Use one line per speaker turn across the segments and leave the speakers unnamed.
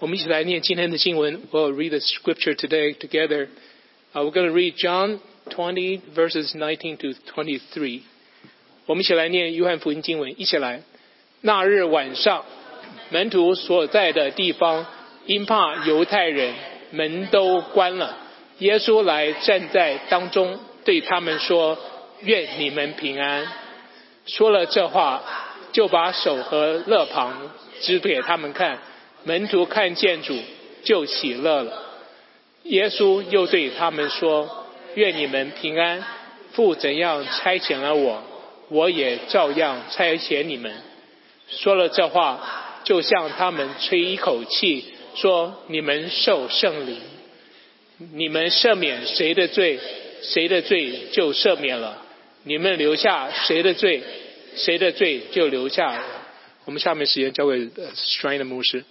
我们一起来念今天的经文。We'll read the scripture today together. Uh, we're going to read John 20 verses 19 to 23. 我们一起来念约翰福音经文，一起来。那日晚上，门徒所在的地方，因怕犹太人，门都关了。耶稣来站在当中，对他们说：“愿你们平安。”说了这话，就把手和肋旁指给他们看。门徒看见主，就喜乐了。耶稣又对他们说：“愿你们平安。父怎样差遣了我，我也照样差遣你们。”说了这话，就向他们吹一口气，说：“你们受圣灵。你们赦免谁的罪，谁的罪就赦免了；你们留下谁的罪，谁的罪就留下了。”我们下面时间交给 s t r i n 的牧师。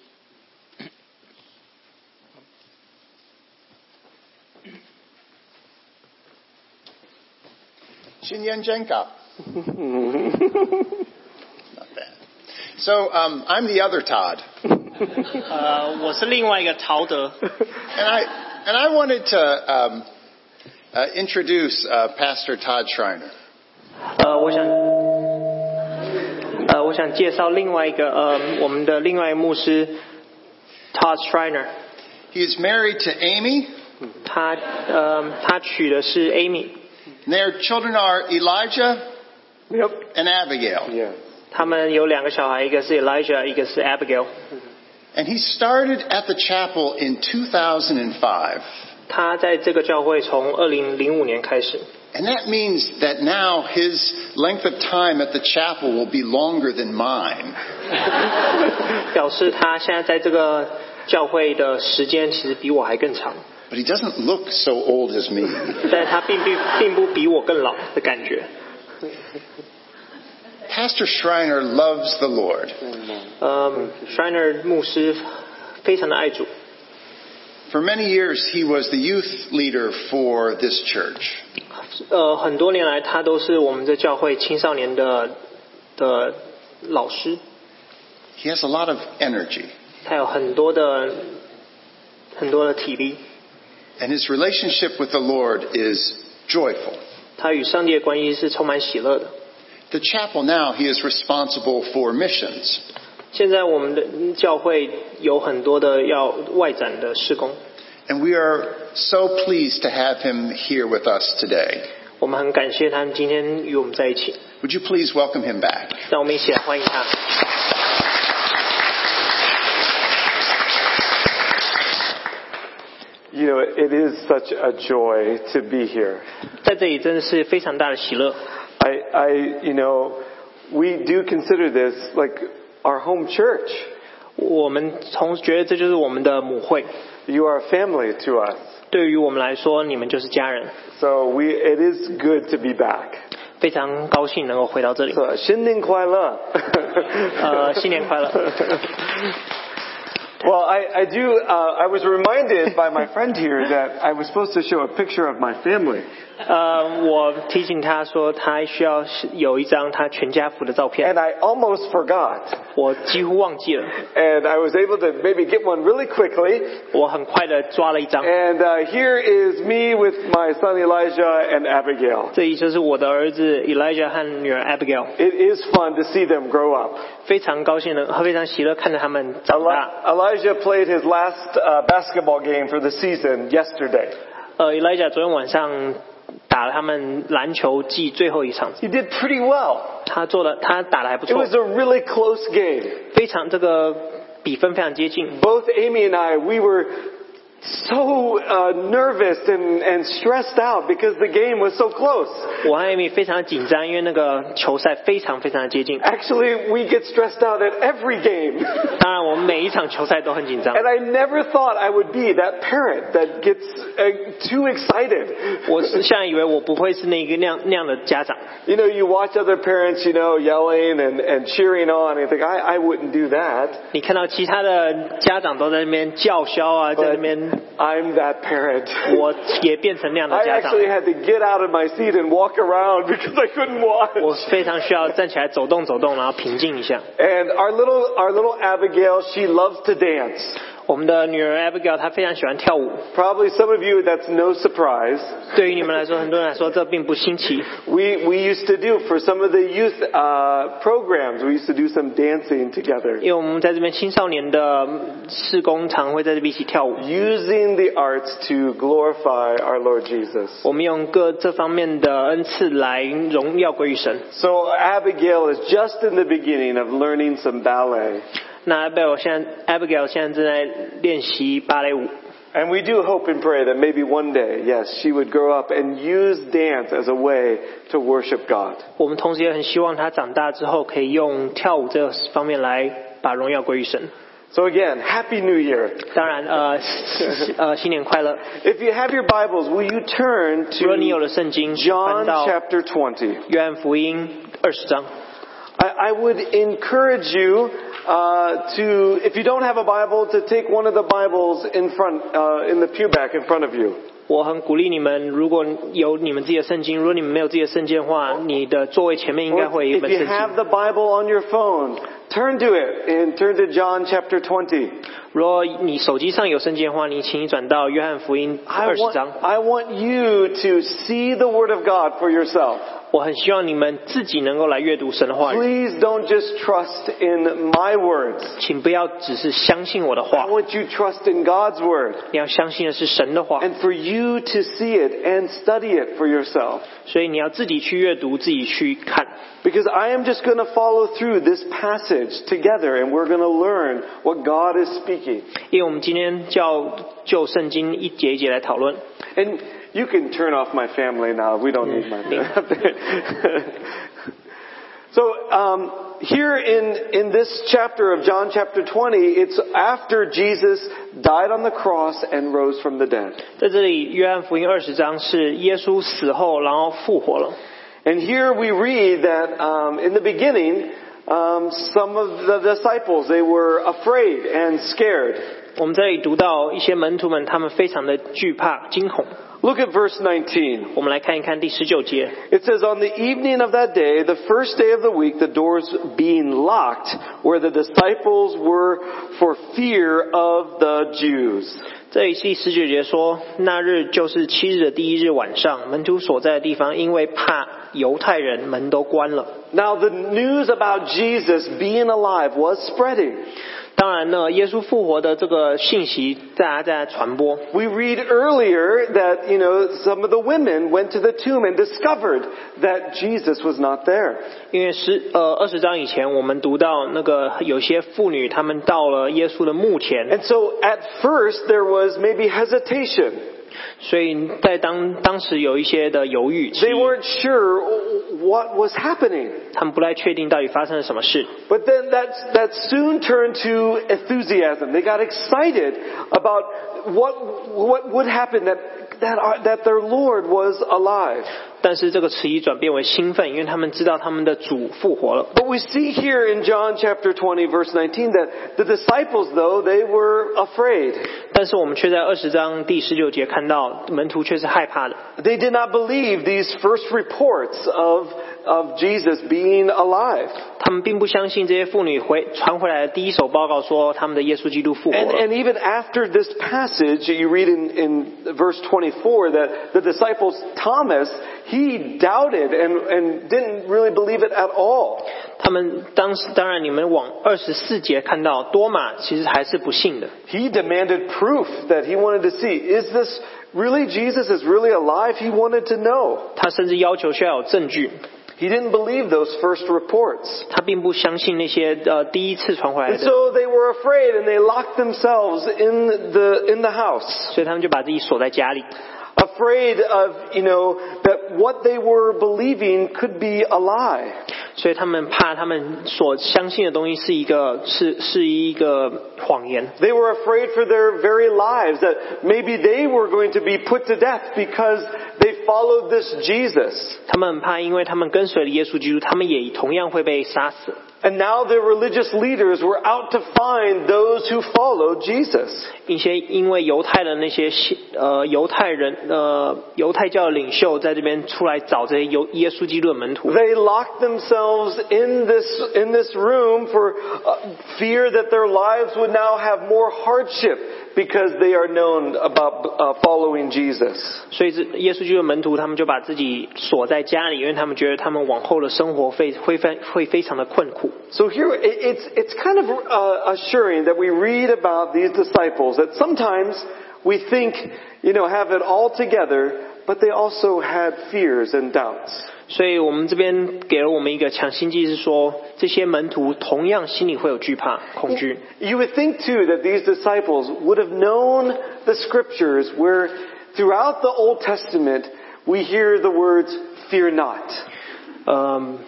Shinyan Jenka. Not bad. So um, I'm the other Todd,
呃，我是另外一个陶 德，
and I and I wanted to um, uh, introduce uh, Pastor Todd Schreiner.
呃，我想，呃，我想介绍另外一个，呃，我们的另外一个牧师 Todd Schreiner，
He is married to Amy,
他，呃，他娶的是 Amy，
and their children are Elijah
没有，
and Abigail.
他们有两个小孩，一个是 Elijah，一个是 Abigail。
And he started at the chapel in 2005,
他在这个 教会从二零零五年开始，
and that means that now his length of time at the chapel will be longer than mine.
表示他现在在这个教会的时间其实比我还更长，
But he doesn't look so old as me.
但他并并并不比我更老的感觉。
Pastor Schreiner loves the Lord.
呃，Shiner 牧师非常的爱主，
For many years, he was the youth leader for this church.
呃，很多年来他都是我们这教会青少年的的老师，
He has a lot of energy,
他有很多的很多的体力，
and his relationship with the Lord is joyful.
他与上帝的关系是充满喜乐的。
The chapel now, he is responsible for missions.
现在我们的教会有很多的要外展的施工，
And we are so pleased to have him here with us today.
我们很感谢他们今天与我们在一起，
Would you please welcome him back?
让我们一起来欢迎他。
You know, it is such a joy to be here.
在这里真的是非常大的喜乐。
I, I, you know, we do consider this like our home church.
我们从觉得这就是我们的母会，
You are a family to us.
对于我们来说，你们就是家人，
So we, it is good to be back.
非常高兴能够回到这里。
So,
呃，
新年快乐。
新年快乐！
Well, I, I do. Uh, I was reminded by my friend here that I was supposed to show a picture of my family,
呃，我提醒他说，他需要有一张他全家福的照片，
and I almost forgot.
我几乎忘记了，
And I was able to maybe get one really quickly.
我很快的抓了一张。
And uh, here is me with my son Elijah and Abigail.
这里就是我的儿子 Elijah 和女儿 Abigail，
It is fun to see them grow up.
非常高兴的，非常喜乐看着他们长
Eli-
大。
Elijah played his last uh, basketball game for the season yesterday.
呃，Elijah 昨天晚上打了他们篮球季最后一场，
He did pretty well.
他做的他打的还不
It
错，
was a really close game.
非常这个比分非常接近。
Both Amy and I, we were so uh, nervous and, and stressed out because the game was so close.
我和 Amy 非常紧张，因为那个球赛非常非常的接近。
Actually, we get stressed out at every game.
当然，我们每一场球赛都很紧张。
And I never thought I would be that parent that gets uh, too excited.
我是现在以为我不会是那个那样那样的家长。
You know, you watch other parents, you know, yelling and, and cheering on, and you think, I, I wouldn't do that.
你看到其他的家长都在那边叫嚣啊，在那
But
边，
I'm that parent.
我也变成那样的
I
家长。
actually had to get out of my seat and walk around because I couldn't
我
watch.
非常需要站起来走动走动，然后平静一下。
And our little, our little Abigail, she loves to dance.
我们的女儿 Abigail 她非常喜欢跳舞，
Probably some of you, that's no surprise.
对于你们来说，很多人来说这并不新奇。
We, we used to do, for some of the youth uh, programs, we used to do some dancing together
因为我们在这边青少年的事工常会在这边一起跳舞，
using the arts to glorify our Lord Jesus.
我们用各这方面的恩赐来荣耀归于神。
So Abigail is just in the beginning of learning some ballet.
那 Abigail 现在 Abigail 现在正在练习芭蕾舞，
And we do hope and pray that maybe one day, yes, she would grow up and use dance as a way to worship God.
我们同时也很希望她长大之后可以用跳舞这方面来把荣耀归于神。
So again, Happy New Year.
当然，呃，呃，新年快乐！
If you have your Bibles, will you turn
如果你有了
to
圣经，翻
John
到
chapter 20?
约翰福音二十章。
I, I would encourage you uh, to, if you don't have a Bible, to take one of the Bibles in front, uh, in the pew back in front of you.
我很鼓励你们，如果有你们自己的圣经，如果你们没有自己的圣经的话，你的座位前面应
Or
该会有一
if
本
you
圣
have
经。
the Bible on your phone, turn to it and turn to John chapter 20.
如果你手机上有圣经的话，你请你转到约翰福音
I
二十
want,
章。
I want you to see the Word of God for yourself.
我很希望你们自己能够来阅读神的话语，
Please don't just trust in my words.
请不要只是相信我的
I
话，
want you to trust in God's Word
你要相信的是神的话，
and for you to see it and study it for yourself.
所以你要自己去阅读，自己去看。
Because I am just going to follow through this passage together and we're going to learn what God is speaking.
因为我们今天就要就圣经一节一节来讨论。
And you can turn off my family now. We don't need my so um, here in, in this chapter of John chapter 20, it's after Jesus died on the cross and rose from the dead.
在这里，约翰福音二十章是耶稣死后，然后复活了。
And here we read that um, in the beginning, um, some of the disciples, they were afraid and scared.
我们这里读到一些门徒们，他们非常的惧怕、惊恐。
Look at verse 19.
我们来看一看第十九节，
It says, On the evening of that day, the first day of the week, the doors being locked, where the disciples were for fear of the Jews.
这里第十九节说：“那日就是七日的第一日晚上，门徒所在的地方，因为怕犹太人，门都关了。
Now, the news about Jesus being alive was spreading. ”
当然呢，耶稣复活的这个信息大家在传播。
We read earlier that, you know, some of the women went to the tomb and discovered that Jesus was not there.
因为十呃二十章以前，我们读到那个有些妇女，她们到了耶稣的墓前，
And so at first there was maybe hesitation.
所以在当当时有一些的犹豫，
They weren't sure what was happening.
他们不太确定到底发生了什么事。
But then that's, that soon turned to enthusiasm. They got excited about what, what would happen that, that, our, that their Lord was alive.
但是这个迟疑转变为兴奋，因为他们知道他们的主复活了。
But we see here in John chapter 20 verse 19 that the disciples though, they were afraid.
但是我们却在二十章第十九节看到门徒却是害怕的，
They did not believe these first reports of, of Jesus being alive.
他们并不相信这些妇女回传回来的第一手报告说他们的耶稣基督复活
And,
了。
and even after this passage, you read in, in verse 24 that the disciples, Thomas, he doubted and, and didn't really believe it at all.
他们当时当然你们往二十四节看到多马其实还是不信的，
He demanded proof that he wanted to see, is this really Jesus is really alive? He wanted to know.
他甚至要求需要有证据，
He didn't believe those first reports.
他并不相信那些呃第一次传回来的，
And so they were afraid and they locked themselves in the, in the house.
所以他们就把自己锁在家里。
afraid of, you know, that what they were believing could be a lie.
所以他们怕他们所相信的东西是一个是是一个谎言，
They were afraid for their very lives that maybe they were going to be put to death because they followed this Jesus.
他们很怕，因为他们跟随了耶稣基督，他们也同样会被杀死。
And now the religious leaders were out to find those who followed Jesus.
一些因为犹太的那些信呃犹太人呃犹太教领袖在这边出来找这些犹耶稣基督的门徒，
They locked themselves in this, in this room for uh, fear that their lives would now have more hardship because they are known about uh, following Jesus.
所以这耶稣基督的门徒他们就把自己锁在家里，因为他们觉得他们往后的生活会会非会非常的困苦。
So here, it- it's, it's kind of uh, assuring that we read about these disciples that sometimes we think, you know, have it all together, but they also had fears and doubts.
所以我们这边给了我们一个强心剂，是说这些门徒同样心里会有惧怕、恐惧。
You would think too that these disciples would have known the scriptures where throughout the Old Testament we hear the words, fear not.
嗯，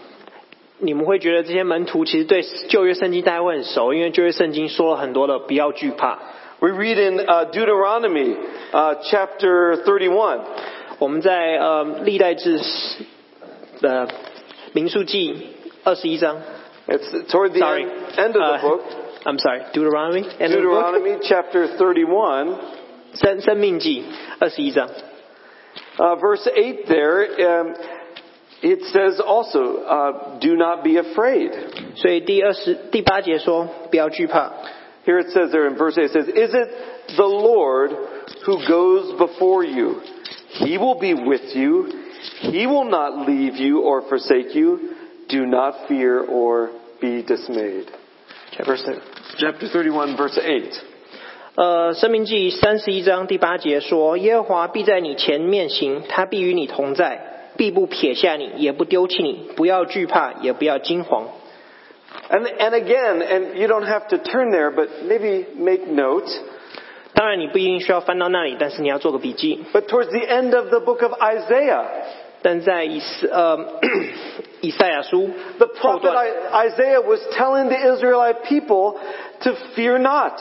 你们会觉得这些门徒其实对旧约圣经大家会很熟，因为旧约圣经说了很多的不要惧怕。
We read in uh, Deuteronomy uh, chapter 31.
我们在呃历代志呃民数记二十一章
It's toward the
，sorry，Uh,
end, end of the
呃
book.
，I'm sorry，Deuteronomy，end of the book
Deuteronomy chapter 31.
生生命记二十一章。
Uh, verse 8 there, um, it says also, uh, do not be afraid.
所以第二十第八节说不要惧怕，
Here it says there in verse 8, it says, Is it the Lord who goes before you? He will be with you. He will not leave you or forsake you. Do not fear or be dismayed. Verse, chapter 31, verse 8.
呃，《生命记》三十一章第八节说：“耶和华必在你前面行，他必与你同在，必不撇下你，也不丢弃你。不要惧怕，也不要惊惶。
And, and again, and you don't have to turn there, but maybe make note. ”
当然，你不一定需要翻到那里，但是你要做个笔记。
But towards the end of the book of Isaiah,
但在以斯呃 以赛亚书
the
后
prophet
段，
I- Isaiah was telling the Israelite people to fear not.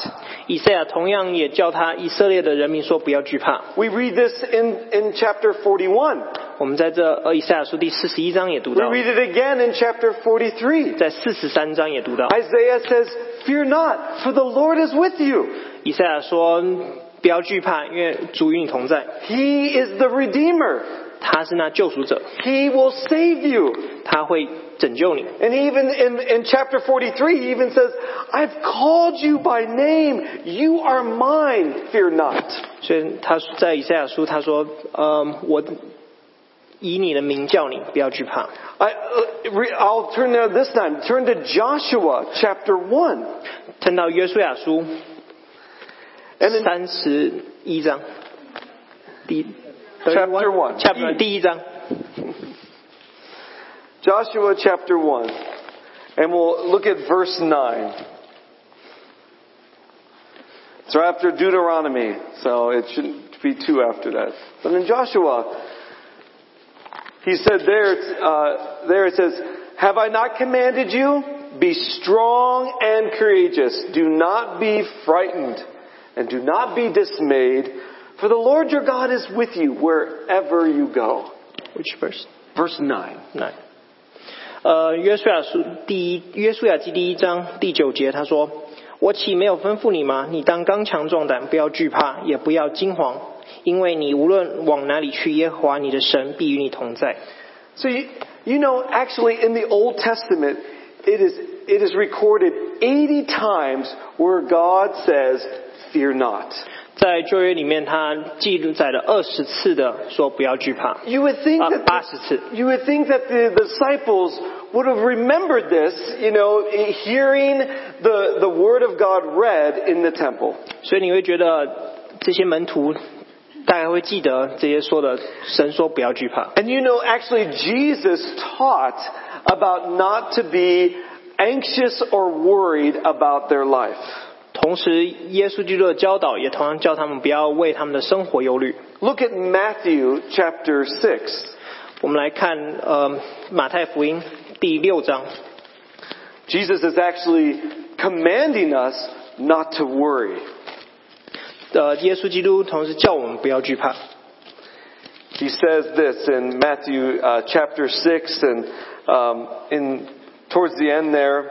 以赛亚同样也叫他以色列的人民说不要惧怕。
We read this in, in chapter 41.
我们在这呃以赛亚书第四十一章也读
We
到，
read it again in chapter 43.
在四十三章也读到，
Isaiah says, Fear not, for the Lord is with you.
以赛亚说不要惧怕，因为主与你同在，
He is the Redeemer.
他是那救赎者。
He will save you.
他会拯救你。
And even in, in chapter 43, he even says, I've called you by name. You are mine. Fear not.
所以他在以赛亚书他说：“嗯，我以你的名叫你，不要惧怕。
I, uh, re- I'll turn now this time. Turn to Joshua chapter 1. ”
看到约书亚书
And in
三十一章，第
Chapter one.
chapter 第一章，
Joshua chapter 1, and we'll look at verse 9. It's right after Deuteronomy, so it shouldn't be two after that. But in Joshua, he said there, uh, there it says, Have I not commanded you? Be strong and courageous. Do not be frightened and do not be dismayed, for the Lord your God is with you wherever you go.
which verse
Verse 9.
nine。呃，约书亚书第一约书亚记第一章第九节，他说：“我岂没有吩咐你吗？你当刚强壮胆，不要惧怕，也不要惊惶，因为你无论往哪里去，耶和华你的神必与你同在。”
So you, you know, actually, in the Old Testament, it is it is recorded 80 times where God says, "Fear not."
在旧约里面，它记录载了二十次的说不要惧怕，
You would think
Uh,
that
passages.
you would think that the disciples would have remembered this, you know, hearing the the word of God read in the temple.
所以你会觉得这些门徒大概会记得这些说的神说不要惧怕。
And you know, actually, Jesus taught about not to be anxious or worried about their life.
同时，耶稣基督的教导也同样叫他们不要为他们的生活忧虑。
Look at Matthew chapter 6.
我们来看呃马太福音第六章，
Jesus is actually commanding us not to worry.
呃耶稣基督同时叫我们不要惧怕。
He says this in Matthew uh, chapter 6 and um, in towards the end there.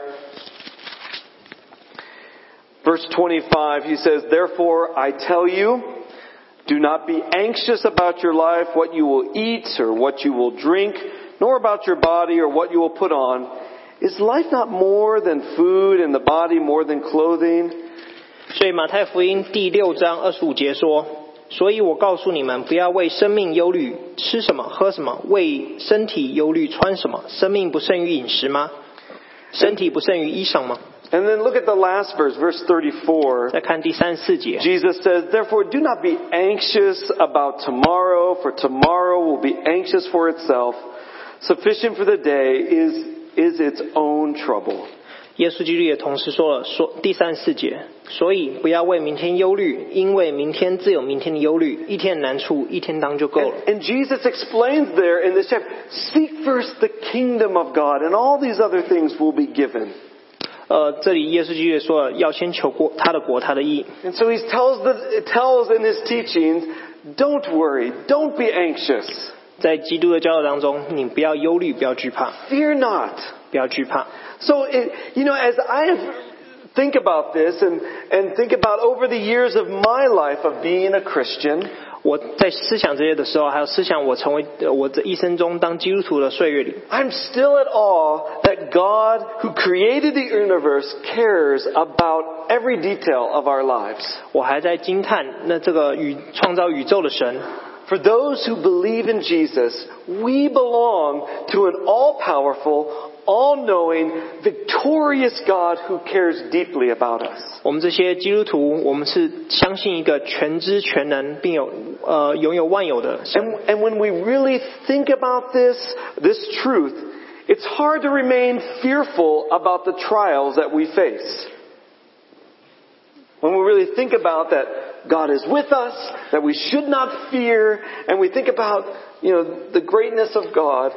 Verse 25, he says, Therefore I tell you, do not be anxious about your life, what you will eat or what you will drink, nor about your body or what you will put on. Is life not more than food and the body more than clothing?
所以马太福音第六章二十五节说：“所以我告诉你们，不要为生命忧虑，吃什么，喝什么；为身体忧虑，穿什么。生命不胜于饮食吗？身体不胜于衣裳吗
And then look at the last verse, verse 34.？”
再看第三十四节，
Jesus says, Therefore, do not be anxious about tomorrow, for tomorrow will be anxious for itself. Sufficient for the day is, is its own trouble.
耶稣基督也同时说了：“说第三十四节，所以不要为明天忧虑，因为明天自有明天的忧虑，一天的难处一天当就够了。”
And Jesus explains there in this chapter, seek first the kingdom of God and all these other things will be given.
呃，这里耶稣基督也说了，要先求过他的国，他的义。
And so he tells, the, tells in his teachings, don't worry, don't be anxious,
在基督的教导当中，你不要忧虑，不要惧怕，
fear not.
不要惧怕。
So, it, you know, as I have think about this and, and think about over the years of my life of being a Christian,
我在思想这些的时候，还有思想我成为呃我这一生中当基督徒的岁月里，
I'm still at awe that God, who created the universe, cares about every detail of our lives.
我还在惊叹那这个宇创造宇宙的神，
For those who believe in Jesus, we belong to an all-powerful, all-knowing, victorious God who cares deeply about us.
我们这些基督徒，我们是相信一个全知全能并有呃拥有万有的神。
And, and when we really think about this, this truth, it's hard to remain fearful about the trials that we face. When we really think about that God is with us, that we should not fear, and we think about, you know, the greatness of God,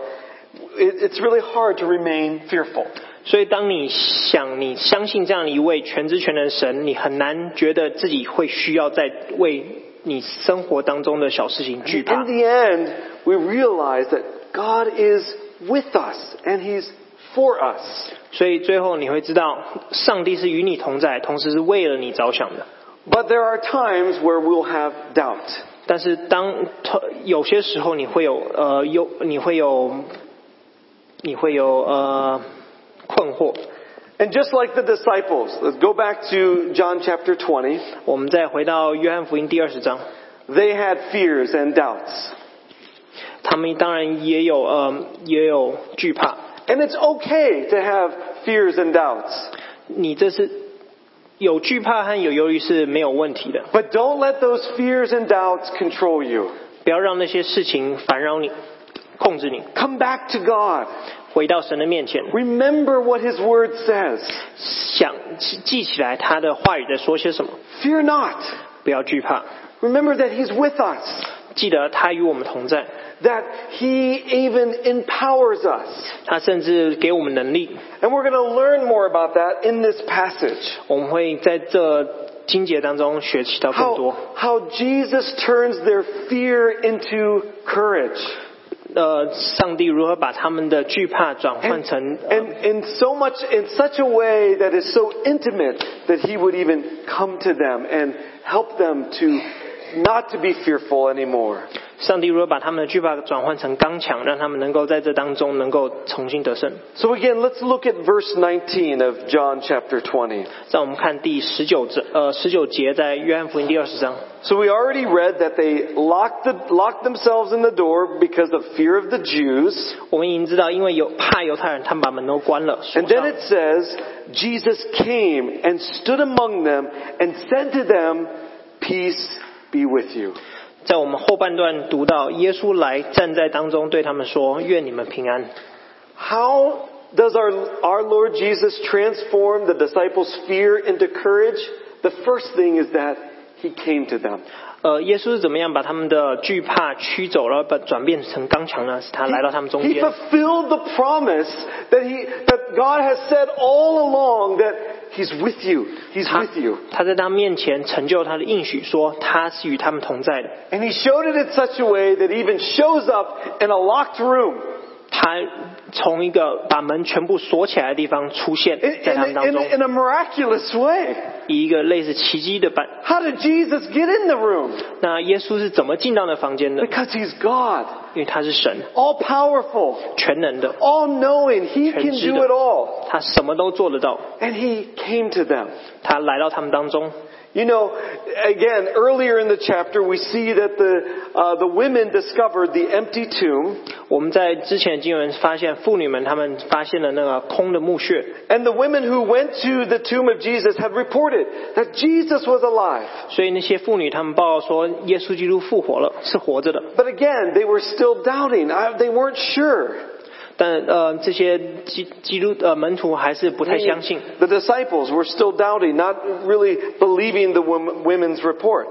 it, it's really hard to remain fearful.
所以，当你想你相信这样一位全知全能的神，你很难觉得自己会需要在为你生活当中的小事情惧
In
怕。
the end, we realize that God is with us, and He's for us.
所以最后你会知道，上帝是与你同在，同时是为了你着想的。
But there are times where we'll have doubt.
但是当有些时候你会有呃忧，你会有你会有呃困惑。
And just like the disciples, let's go back to John chapter 20.
我们再回到约翰福音第二十章，
They had fears and doubts.
他们当然也有呃也有惧怕。
And it's okay to have fears and doubts.
你这是有惧怕和有忧虑是没有问题的，
But don't let those fears and doubts control you.
不要让那些事情烦扰你、控制你。
Come back to God.
回到神的面前，
Remember what His Word says.
想记起来他的话语在说些什么，
Fear not.
不要惧怕，
Remember that He's with us.
记得他与我们同在，
That He even empowers us.
他甚至给我们能力。
And we're going to learn more about that in this passage.
我们会在这经节当中学习到更多。
how, how Jesus turns their fear into courage.
呃，上帝如何把他们的惧怕转
And,
换成呃
and in so much in such a way that is so intimate that he would even come to them and help them to not to be fearful anymore.
上帝如何把他们的惧怕转换成刚强，让他们能够在这当中能够重新得胜。
So again, let's look at verse 19 of John chapter 20.
让我们看第十九节，呃，十九节在约翰福音第二十章。
So we already read that they locked, the, locked themselves in the door because of fear of the Jews.
我们已经知道，因为有怕犹太人，他们把门都关了。
And then
锁上
it says, Jesus came and stood among them and said to them, Peace be with you.
在我们后半段读到，耶稣来站在当中，对他们说：“愿你们平安。
How does our, our Lord Jesus transform the disciples' fear into courage? The first thing is that he came to them. ”
呃，耶稣是怎么样把他们的惧怕驱走了，把转变成刚强呢？是他
He,
来到他们中
he
间，
fulfilled the promise that, he, that God has said all along that he's with you. He's
他
with you.
他在他面前成就他的应许，说他是与他们同在的。
And he showed it in such a way that he even shows up in a locked room.
他从一个把门全部锁起来的地方出现
In,
在
in,
他们
in,
当
in,
中，
in a miraculous way.
以一个类似奇迹的版。
How did Jesus get in the room?
那耶稣是怎么进到那房间的？
Because he's God,
因为他是神，
all powerful,
全能的，
all knowing. He can do it all.
他什么都做得到。
And he came to them.
他来到他们当中。
You know, again, earlier in the chapter, we see that the, uh, the women discovered the empty tomb,
我们在之前的经文发现，妇女们她们发现了那个空的墓穴，
and the women who went to the tomb of Jesus had reported that Jesus was alive.
所以那些妇女她们报告说，耶稣基督复活了，是活着的。
But again, they were still doubting. I, they weren't sure.
但呃，这些基基督呃门徒还是不太相信，
The disciples were still doubting, not really believing the wom- women's report.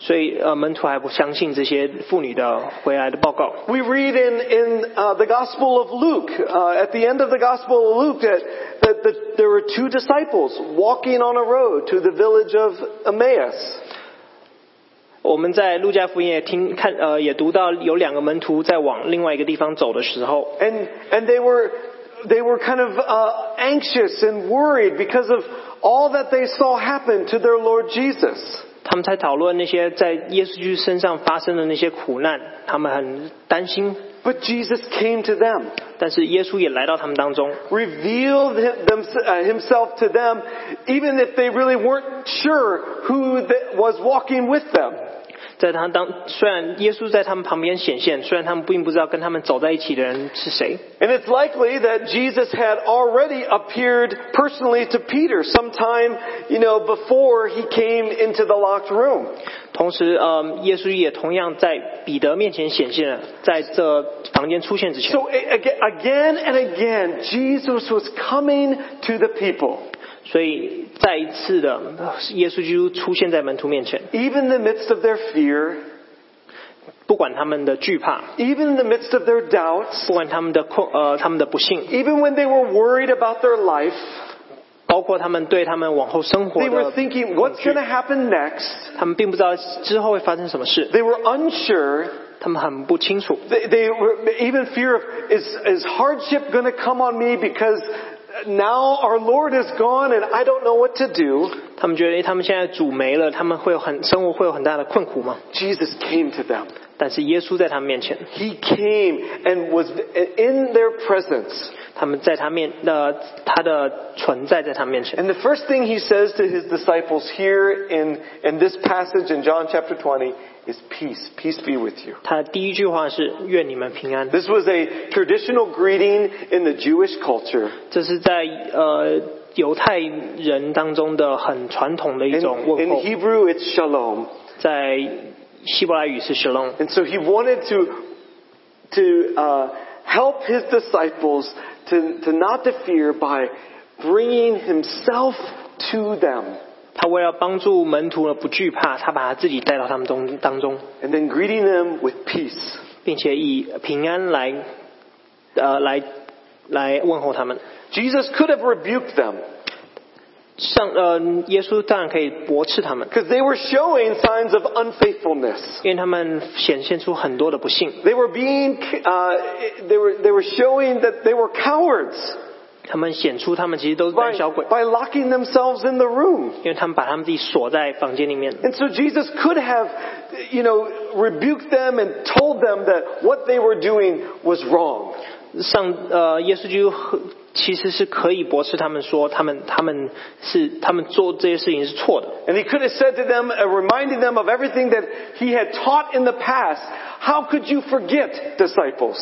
所以呃门徒还不相信这些妇女的回来的报告。
We read in, in uh, the Gospel of Luke, uh, at the end of the Gospel of Luke, that, that the, there were two disciples walking on a road to the village of Emmaus.
我们在路加福音也听看呃也读到有两个门徒在往另外一个地方走的时候，
And, and they were, they were kind of uh, anxious and worried because of all that they saw happen to their Lord Jesus.
他们在讨论那些在耶稣基督身上发生的那些苦难，他们很担心。
But Jesus came to them,
但是耶稣也来到他们当中，
revealed him- them, uh, himself to them, even if they really weren't sure who that was walking with them.
在他当虽然耶稣在他们旁边显现，虽然他们并不知道跟他们走在一起的人是谁，
And it's likely that Jesus had already appeared personally to Peter sometime, you know, before he came into the locked room.
同时呃耶稣也同样在彼得面前显现了，在这房间出现之前，
So a- aga- again and again, Jesus was coming to the people,
所以再一次的呃耶稣基督出现在门徒面前，
even in the midst of their fear,
不管他们的惧怕，
even in the midst of their doubts,
不管他们的困呃他们的不幸，
even when they were worried about their life.
包括他们对他们往后生活
They were
的，
thinking, what's going to happen next?
他们并不知道之后会发生什么事，
They were unsure.
他们很不清楚。
They, they were even fear of is is hardship going to come on me because now our Lord is gone and I don't know what to do.
他们觉得诶他们现在主没了，他们会有很生活会有很大的困苦吗？
Jesus came to them.
但是耶稣在他们面前，
He came and was in their presence.
他们在他面呃他的存在在他面前。
And the first thing he says to his disciples here in in this passage in John chapter 20 is peace. Peace be with you.
他的第一句话是“愿你们平安
This was a traditional greeting in the Jewish culture. ”，
这是在呃犹太人当中的很传统的一
In,
种问
in
候，
Hebrew, it's shalom.
在希伯来语是 shalom。
And so he wanted to, to uh, help his disciples to, to not to fear by bringing himself to them
他为了帮助门徒呢不惧怕，他把他自己带到他们中当中，
and then greeting them with peace.
并且以平安来呃来来问候他们。
Jesus could have rebuked them
上呃耶稣当然可以驳斥他们，
because they were showing signs of unfaithfulness.
因为他们显现出很多的不幸。
They were being, uh, they were, they were showing that they were cowards
他们显出他们其实都是
by,
胆小鬼，
by locking themselves in the room.
因为他们把他们自己锁在房间里面。
And so Jesus could have, you know, rebuked them and told them that what they were doing was wrong.
上呃，耶稣基督和其实是可以驳斥他们说，他们他们是他们做这些事情是错的。
And he could have said to them, uh, reminding them of everything that he had taught in the past. How could you forget, disciples?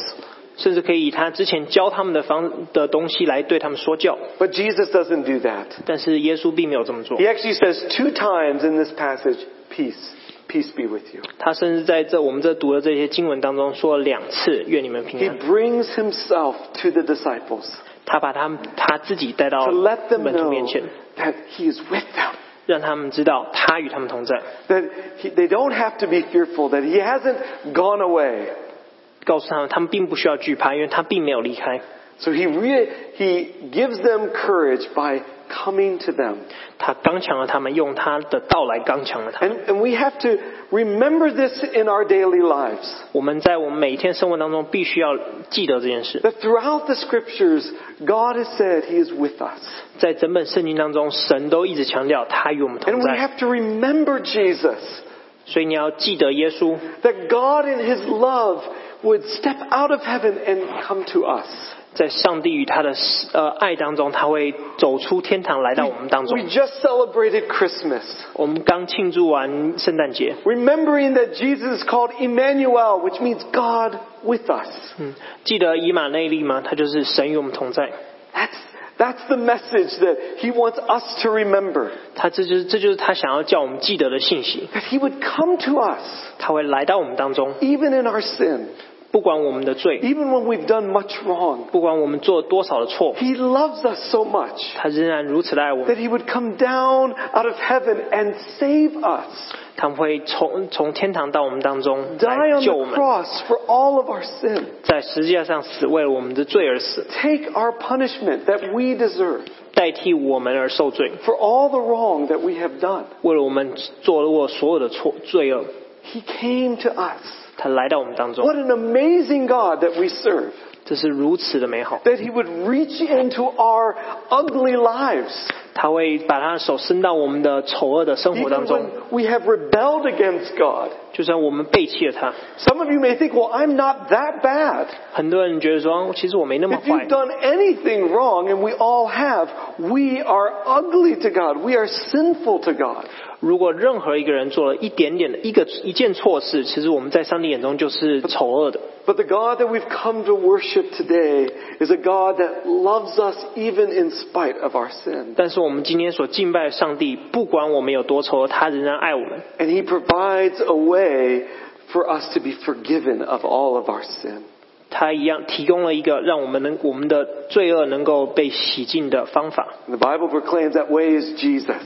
甚至可以以他之前教他们的方的东西来对他们说教，
But Jesus doesn't do that.
但是耶稣并没有这么做
He。actually says two times in this passage, peace, peace be with you.
他甚至在这我们这读的这些经文当中说了两次“愿你们
He
平安
brings himself to the disciples ”，
他把他们他自己带到
to let them
门徒
know
面前，
that he is with them.
让他们知道他与他们同在，
That he, they don't have to be fearful, that he hasn't gone away.
告诉他们他们并不需要惧怕，因为他并没有离开。
So he, re- he gives them courage by coming to them.
他刚强了他们，用他的道来刚强了他们。
And, and we have to remember this in our daily lives.
我们在我们每天生活当中必须要记得这件事，
That throughout the scriptures, God has said He is with us.
在整本圣经当中，神都一直强调他与我们
And
同
we
在，
have to remember Jesus.
所以你要记得耶稣，
That God in His love would step out of heaven and come to us.
在上帝与他的呃爱当中，他会走出天堂来到我们当
We
中。
just celebrated Christmas.
我们刚庆祝完圣诞节，
Remembering that Jesus is called Emmanuel, which means God with us.
嗯，记得以马内利吗？他就是神与我们同在，
That's, that's the message that He wants us to remember.
他这就是这就是他想要叫我们记得的信息，
That He would come to us,
他会来到我们当中，
even in our sin,
不管我们的罪，
even when we've done much wrong.
不管我们做多少的错，
He loves us so much
他仍然如此的爱我们
that。He would come down out of heaven and save us,
他们会从从天堂到我们当中
die
来
on
救我
the
们，
cross for all of our sin,
在十字架上死，为了我们的罪而死，
take our punishment that we deserve
代替我们而受罪，
for all the wrong that we have done.
为了我们做过所有的错罪恶，
He came to us.
他来到我们当中
What，an amazing God that we serve.
这是如此的美好。
That He would reach into our ugly lives.
他会把他的手伸到我们的丑恶的生活
Even
当中，
when we have rebelled against God.
就算我们背弃了他。
Some of you may think, well, I'm not that bad.
很多人觉得说，其实我没那么
If
坏
you've。done anything wrong, and we all have, we are ugly to God. We are sinful to God.
如果任何一个人做了一点点的一个一件错事，其实我们在上帝眼中就是丑恶的。
But the God that we've come to worship today is a God that loves us even in spite of our sin.
但是我们今天所敬拜的上帝，不管我们有多丑恶，他仍然爱我们。
And He provides a way for us to be forgiven of all of our sin.
他一样提供了一个让我们能我们的罪恶能够被洗净的方法。
And the Bible proclaims that way is Jesus.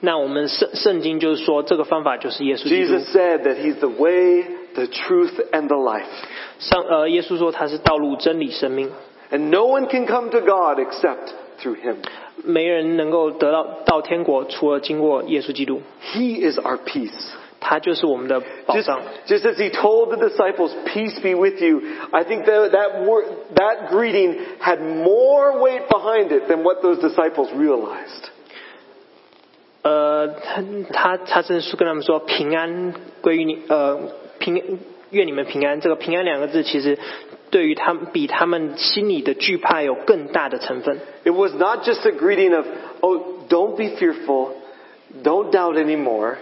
那我们圣圣经就是说，这个方法就是耶稣基督。
Jesus said that He's the way, the truth, and the life.
上呃，耶稣说他是道路、真理、生命，
And no one can come to God except through Him.
没人能够得到到天国，除了经过耶稣基督。
He is our peace.
他就是我们的宝
Just,
藏。
just as he told the disciples, peace be with you, I think that, that, word, that greeting had more weight behind it than what those disciples realized.
呃，他他他真的是跟他们说平安归于你，呃，平愿你们平安。这个平安两个字，其实对于他们比他们心里的惧怕有更大的成分。
It was not just a greeting of, oh, don't be fearful, don't doubt anymore.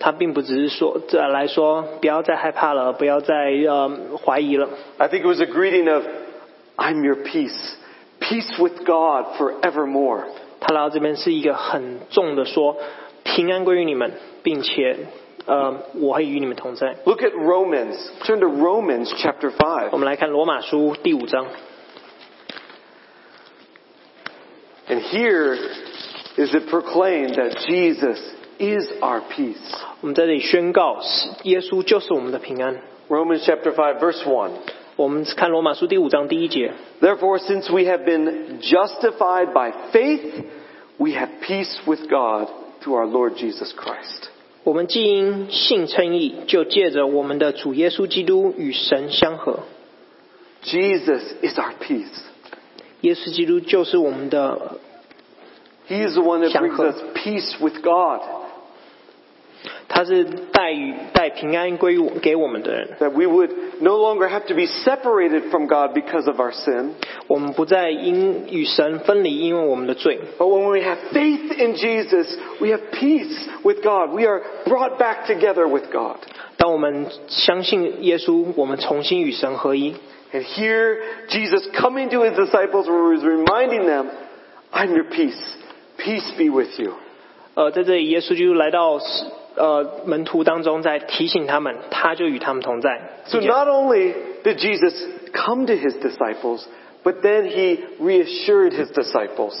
他并不只是说再来说不要再害怕了，不要再呃怀疑了。
I think it was a greeting of, I'm your peace, peace with God forevermore.
他来到这边是一个很重的说平安归于你们，并且呃我会与你们同在。
Look at Romans. Turn to Romans chapter 5.
我们来看罗马书第五章，
And here is it proclaimed that Jesus is our peace.
我们在这里宣告，是耶稣就是我们的平安。
Romans chapter 5 verse 1.
我们看罗马书第五章第一节，
Therefore, since we have been justified by faith, we have peace with God through our Lord Jesus Christ.
我们既因信称义，就借着我们的主耶稣基督与神相合。
Jesus is our peace.
耶稣基督就是我们的，
He is the one that brings
祥和。
us peace with God.
他是带与带平安归于我给我们的人。
That we would no longer have to be separated from God because of our sin.
我们不再因与神分离，因为我们的罪。
But when we have faith in Jesus, we have peace with God. We are brought back together with God.
当我们相信耶稣，我们重新与神合一。
And here, Jesus coming to his disciples where he was reminding them, I'm your peace. Peace be with you.
呃，在这里，耶稣基督来到呃门徒当中，在提醒他们，他就与他们同在。
So not only did Jesus come to his disciples, but then he reassured his disciples.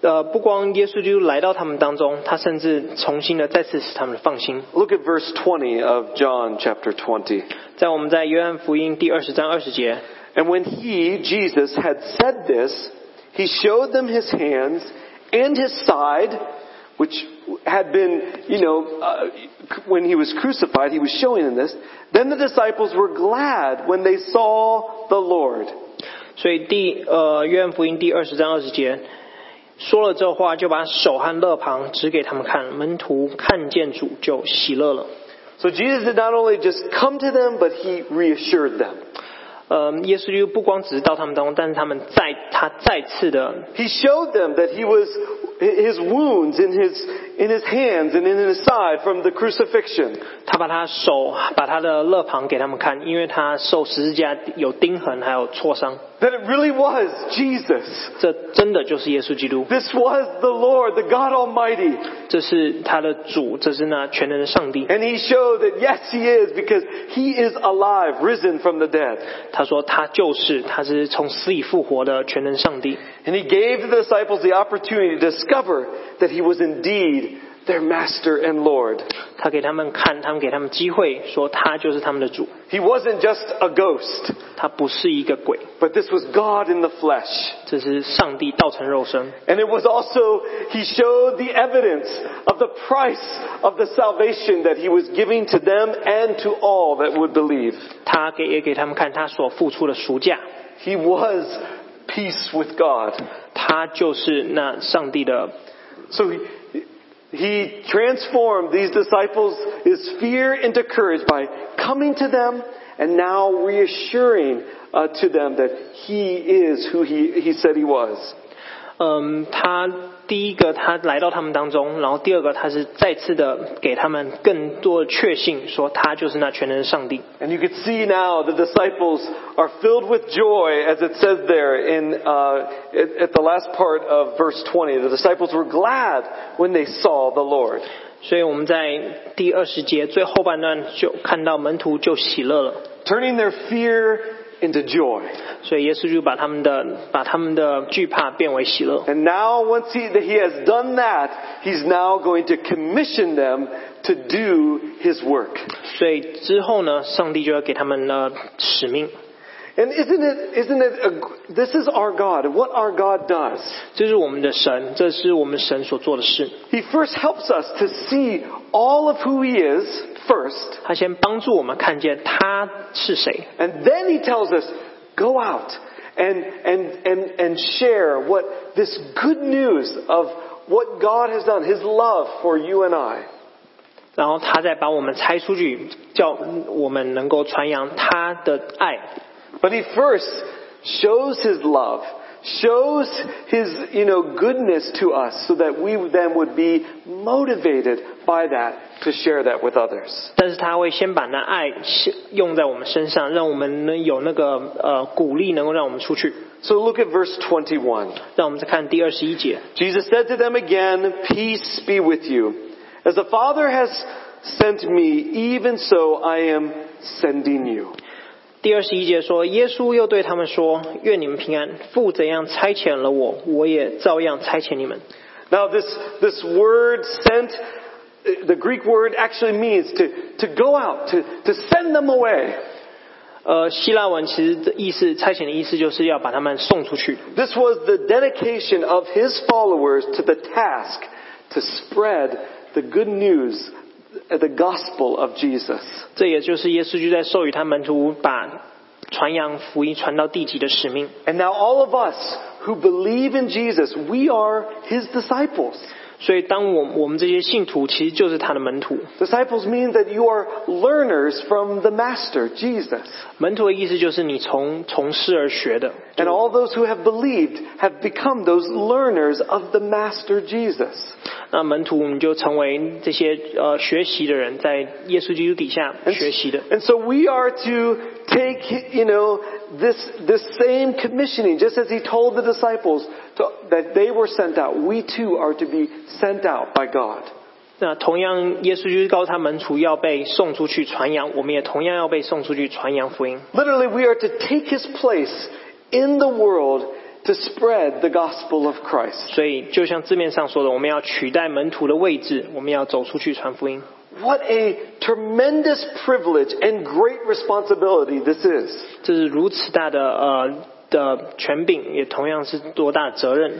呃，不光耶稣基督来到他们当中，他甚至重新的再次使他们放心。
Look at verse 20 of John chapter 20.
在我们在约翰福音第二十章二十节，
And when he, Jesus, had said this, he showed them his hands and his side, which had been, you know, uh, when he was crucified, he was showing them this. Then the disciples were glad when they saw the Lord.
所以第呃约翰福音第二十章二十节说了这话，就把手和肋旁指给他们看，门徒看见主就喜乐了。
So Jesus did not only just come to them, but he reassured them.
呃，耶稣就不光只是到他们当中，但是他们再他再次的
He showed them that he was his wounds in his in his hands and in his side from the crucifixion.
他把他手把他的肋旁给他们看，因为他受十字架有钉痕，还有挫伤。
That it really was Jesus.
这真的就是耶稣基督，
This was the Lord, the God Almighty.
这是他的主，这是那全能的上帝。
And he showed that yes, he is because he is alive, risen from the dead.
他说他就是，他是从死里复活的全能上帝。
And he gave the disciples the opportunity to discover that he was indeed their master and Lord.
他给他们看，他们给他们机会，说他就是他们的主，
He wasn't just a ghost,
他不是一个鬼，
but this was God in the flesh.
这是上帝道成肉身。
And it was also, he showed the evidence of the price of the salvation that he was giving to them and to all that would believe.
他给也给他们看他所付出的赎价，
He was peace with God.
他就是那上帝的
So he, he transformed these disciples' his fear into courage by coming to them and now reassuring uh, to them that he is who he, he said he was.
嗯，他第一个他来到他们当中，然后第二个他是再次的给他们更多的确信，说他就是那全能的上帝。
And you can see now the disciples are filled with joy, as it says there in uh, at, at the last part of verse 20. The disciples were glad when they saw the Lord.
所以我们在第二十节最后半段就看到门徒就喜乐了，
turning their fear into joy.
所以耶稣就把他们的把他们的惧怕变为喜乐。
And now, once he, that he has done that, he's now going to commission them to do his work.
所以之后呢，上帝就要给他们呃使命，
And isn't it, isn't it, a, this is our God, and what our God does.
这是我们的神，这是我们神所做的事。
He first helps us to see all of who he is first,
他先帮助我们看见他是谁，
and then he tells us, go out and, and, and, and share what this good news of what God has done, his love for you and I.
然后他再把我们拆出去，叫我们能够传扬他的爱。
But he first shows his love, shows his, you know, goodness to us so that we then would be motivated by that to share that with others.
但是他会先把那爱先用在我们身上，让我们能有那个呃鼓励，能够让我们出去。
So look at verse 21.
让我们再看第二十一节，
Jesus said to them again, peace be with you. As the Father has sent me, even so I am sending you.
第二十一节说，耶稣又对他们说：“愿你们平安。父怎样差遣了我，我也照样差遣你们。
Now this, this word sent, the Greek word actually means to, to go out, to, to send them away. ”
呃，希腊文其实这意思差遣的意思就是要把他们送出去。
This was the dedication of his followers to the task to spread the good news, the gospel of Jesus.
这也就是耶稣就在授予他门徒把传扬福音传到地极的使命。
And now all of us who believe in Jesus, we are his disciples.
所以，当我我们这些信徒其实就是他的门徒。
Disciples mean that you are learners from the master, Jesus.
门徒的意思就是你从从师而学的，
And all those who have believed have become those learners of the master, Jesus.
那门徒我们就成为这些呃学习的人，在耶稣基督底下
And,
学习的。
and so we are to take, you know, this, this same commissioning, just as he told the disciples to, that they were sent out. We too are to be sent out by God.
那同样，耶稣就是告诉他门徒要被送出去传扬，我们也同样要被送出去传扬福音。
Literally, we are to take his place in the world to spread the gospel of Christ.
所以，就像字面上说的，我们要取代门徒的位置，我们要走出去传福音。
What a tremendous privilege and great responsibility this is.
这是如此大的呃的权柄，也同样是多大的责任。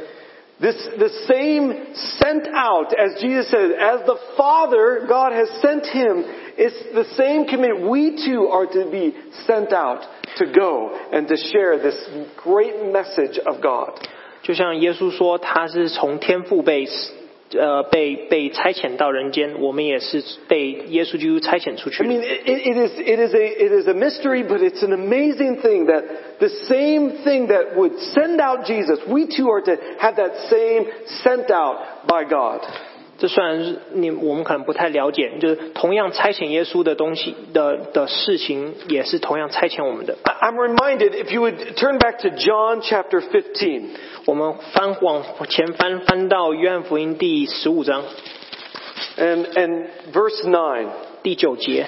This, the same sent out, as Jesus said, as the Father, God has sent him, it's the same commitment. We too are to be sent out to go and to share this great message of God.
就像耶稣说，他是从天父被呃被被差遣到人间，我们也是被耶稣基督差遣出
I
去的
mean, it, it, is, it, is a, it is a mystery, but it's an amazing thing that the same thing that would send out Jesus, we too are to have that same sent out by God.
这虽然是你我们可能不太了解，就是同样差遣耶稣的东西的的事情，也是同样差遣我们的。
I- I'm reminded, if you would turn back to John chapter 15.
我们翻往前翻，翻到约翰福音第十五章
And, and verse 9.
第九节，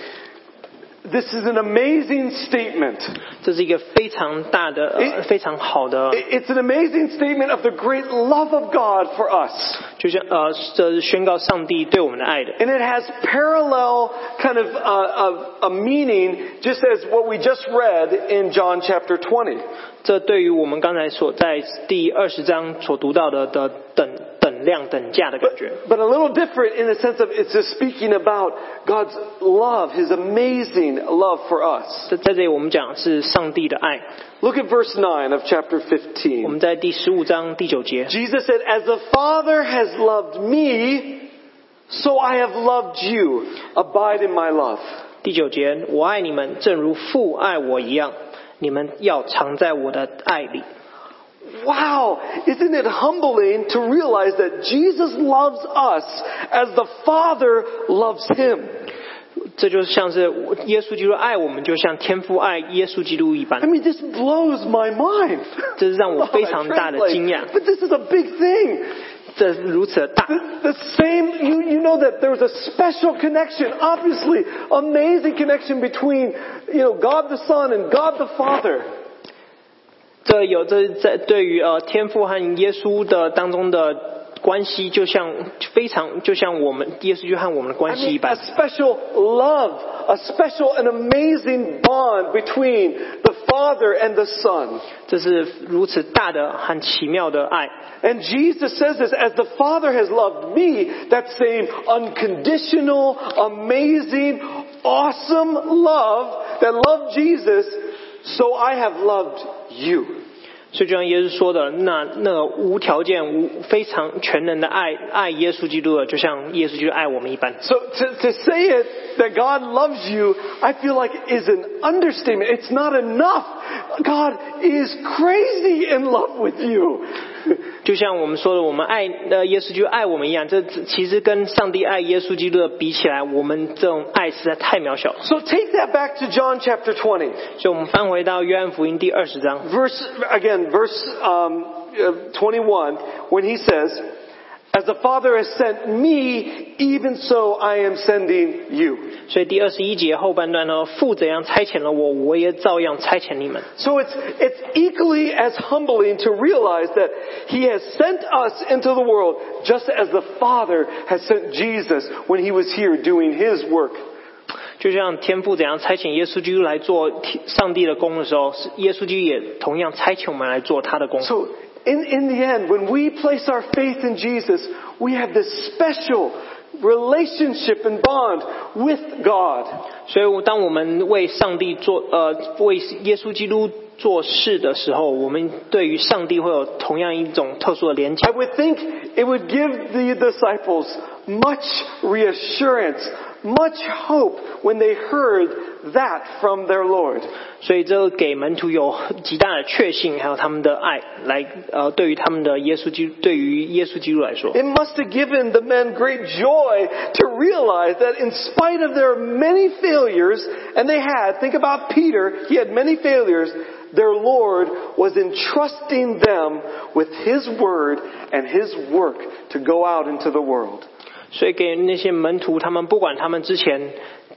This is an amazing statement.
这是一个非常大的、呃、
诶
非常好的
I-，It's an amazing statement of the great love of God for us.
就像呃，这是宣告上帝对我们的爱的。
And it has parallel kind of uh, of a meaning just as what we just read in John chapter 20.
这对于我们刚才所在第二十章所读到的的等等量等价的感觉，
But a little different in the sense of it's just speaking about God's love, His amazing love for us.
在在这里我们讲的是上帝的爱。
Look at verse 9 of chapter 15.
我们在第十五章第九节，
Jesus said, As the Father has loved me, so I have loved you. Abide in my love.
第九节，我爱你们，正如父爱我一样，你们要藏在我的爱里。
Wow, isn't it humbling to realize that Jesus loves us as the Father loves him?
这就像是耶稣基督爱我们，就像天父爱耶稣基督一
I
般。
mean, this blows my mind.
这是让我
Well, I
非常大的
translate,
惊讶。
But this is a big thing.
这如此的大，
The, the same, you, you know that there's a special connection, obviously, amazing connection between, you know, God the Son and God the Father.
这有这在对于呃天父和耶稣的当中的关系，就像非常就像我们耶稣就和我们的
I
关系一
mean,
般
a。special love, a special and amazing bond between the Father and the Son.
这是如此大的和奇妙的爱。
And Jesus says this, as the Father has loved me, that same unconditional, amazing, awesome love that loved Jesus, so I have loved you.
所以就像耶稣说的，那那个无条件、无非常全能的爱爱耶稣基督的，就像耶稣基督爱我们一般。
So to, to say it that God loves you, I feel like is an understatement. It's not enough. God is crazy in love with you.
就像我们说的，我们爱呃耶稣基督爱我们一样，这其实跟上帝爱耶稣基督的比起来，我们这种爱实在太渺小了。
So take that back to John chapter 20.
所以，我们翻回到约翰福音第二十章
Verse, again, verse um, uh, 21, when he says, As the Father has sent me, even so I am sending you.
所以第二十一节后半段呢，父怎样差遣了我，我也照样差遣你们。
So it's, it's equally as humbling to realize that He has sent us into the world just as the Father has sent Jesus when He was here doing His work.
就像天父怎样差遣耶稣基督来做天上帝的工的时候，是耶稣基督也同样差遣我们来做他的工。
So in, in the end, when we place our faith in Jesus, we have this special relationship and bond with God.
所以我，当我们为上帝做呃为耶稣基督做事的时候，我们对于上帝会有同样一种特殊的连接
I。would think it would give the disciples much reassurance, much hope when they heard that from their Lord.
所以，这给门徒有极大的确信，还有他们的爱来呃，对于他们的耶稣基督，对于耶稣基督来说，
It must have given the men great joy to realize that in spite of their many failures, and they had, think about Peter, he had many failures, their Lord was entrusting them with His word and His work to go out into the world.
所以给那些门徒，他们不管他们之前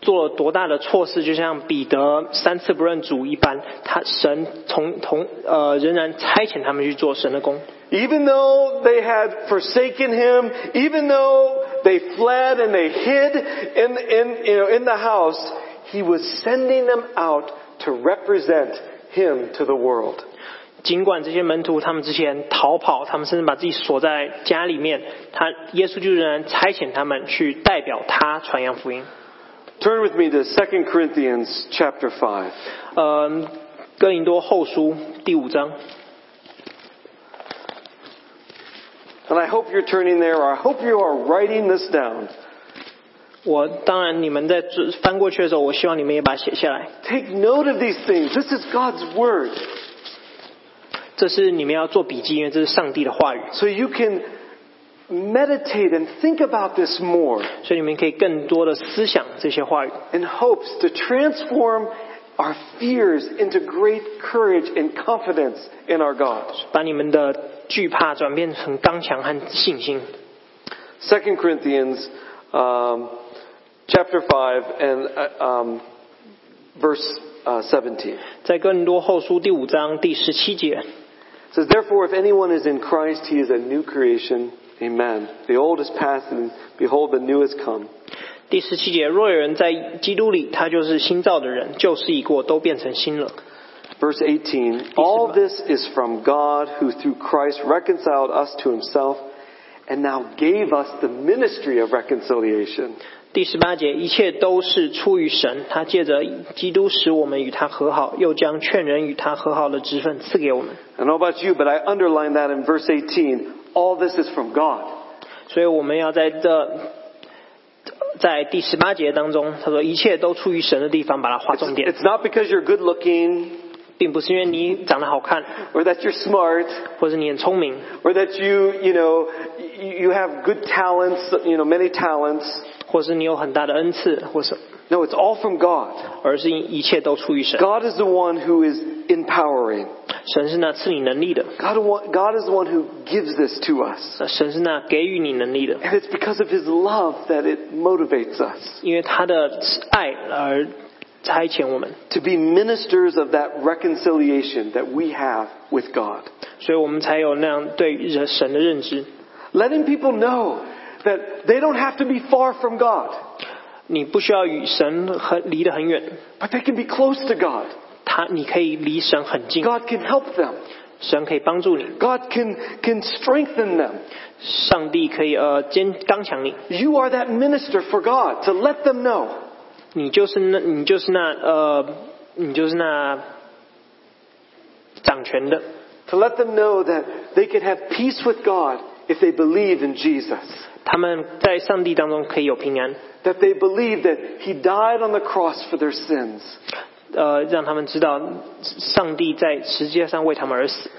做了多大的错事，就像彼得三次不认主一般，他神从同呃仍然差遣他们去做神的工。
Even though they had forsaken him, even though they fled and they hid in, in, you know, in the house, he was sending them out to represent him to the world.
尽管这些门徒他们之前逃跑，他们甚至把自己锁在家里面，他耶稣就仍然差遣他们去代表他传扬福音。
Turn with me to 2 Corinthians chapter 5.
嗯，哥林多后书第五章，
And I hope you're turning there, or I hope you are writing this down.
我当然你们在这翻过去的时候，我希望你们也把它写下来。
Take note of these things. This is God's Word.
这是你们要做笔记，因为这是上帝的话语，
So you can meditate and think about this more
所以你们可以更多的思想这些话语，
in hopes to transform our fears into great courage and confidence in our God.
把你们的惧怕转变成刚强和信心。
2 Corinthians um, chapter 5 and uh, um, verse uh, 17.
在哥林多后书第五章第十七节，
It says, Therefore, if anyone is in Christ, he is a new creation. Amen. The old is past, and behold, the new has come.
第十七节，若有人在基督里，他就是新造的人，旧事已过，都变成新了。
Verse 18 All this is from God, who through Christ reconciled us to himself, and now gave us the ministry of reconciliation.
第十八节，一切都是出于神，他借着基督使我们与他和好，又将劝人与他和好的职分赐给我们。
I don't know about you, but I underline that in verse 18. All this is from God.
所以我们要在这，在第十八节当中，他说一切都出于神的地方，把它划重点，
It's not because you're good looking,
并不是因为你长得好看，
or that you're smart,
或者你很聪明，
or that you, you know, you you have good talents, you know, many talents.
或是你有很大的恩赐，或是，
No, it's all from God.
而是一切都出于神。
God is the one who is empowering.
神是那赐你能力的，
God, wa- God is the one who gives this to us.
呃神是那给予你能力的，
And it's because of His love that it motivates us
因为他的爱而差遣我们，
to be ministers of that reconciliation that we have with God.
所以我们才有那样对人神的认知。
Letting people know that they don't have to be far from God,
你不需要与神很离得很远，
but they can be close to God.
他你可以离神很近，
God can help them.
神可以帮助你。
God can, can strengthen them.
上帝可以呃坚刚强你，
You are that minister for God to let them know.
你就是那，你就是那呃，你就是那掌权的，
To let them know that they can have peace with God if they believe in Jesus.
他们在上帝当中可以有平安，
That they believe that He died on the cross for their sins.
呃，让他们知道上帝在实际上为他们而死，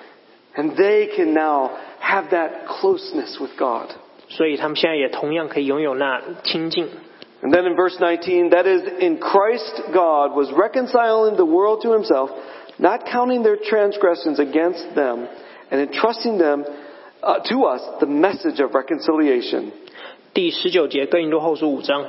And they can now have that closeness with God.
所以他们现在也同样可以拥有那清净。
And then in verse 19, that is, in Christ God was reconciling the world to Himself, not counting their transgressions against them, and entrusting them uh, to us the message of reconciliation.
第十九节哥林多后书五章，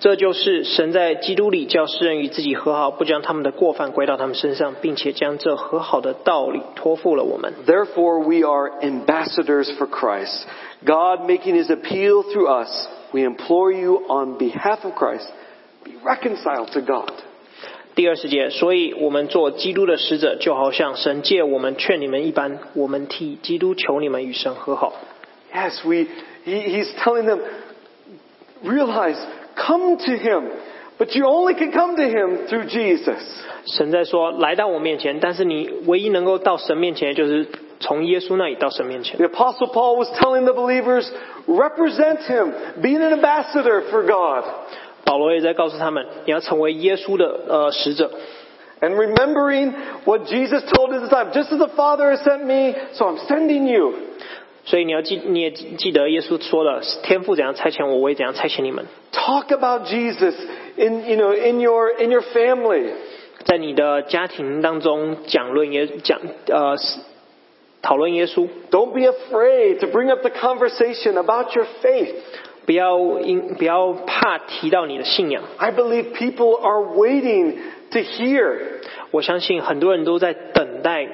这就是神在基督里叫世人与自己和好，不将他们的过犯归到他们身上，并且将这和好的道理托付了我们。
Therefore, we are ambassadors for Christ. God making his appeal through us, we implore you on behalf of Christ, be reconciled to God.
第二十节，所以我们做基督的使者，就好像神借我们劝你们一般，我们替基督求你们与神和好。
Yes, we, he, he's telling them, realize, come to him, but you only can come to him through Jesus.
神在说，来到我面前，但是你唯一能够到神面前，就是从耶稣那里到神面前。
The apostle Paul was telling the believers, represent him, be an ambassador for God.
保罗也在告诉他们，你要成为耶稣的呃使者，
And remembering what Jesus told his disciples, just as the Father has sent me, so I'm sending you.
所以你要记，你也记记得耶稣说了，天父怎样差遣我，我也怎样差遣你们。
Talk about Jesus in you know in your in your family.
在你的家庭当中讲论耶讲呃讨论耶稣，
Don't be afraid to bring up the conversation about your faith.
不要因不要怕提到你的信仰。
I believe people are waiting to hear,
我相信很多人都在等待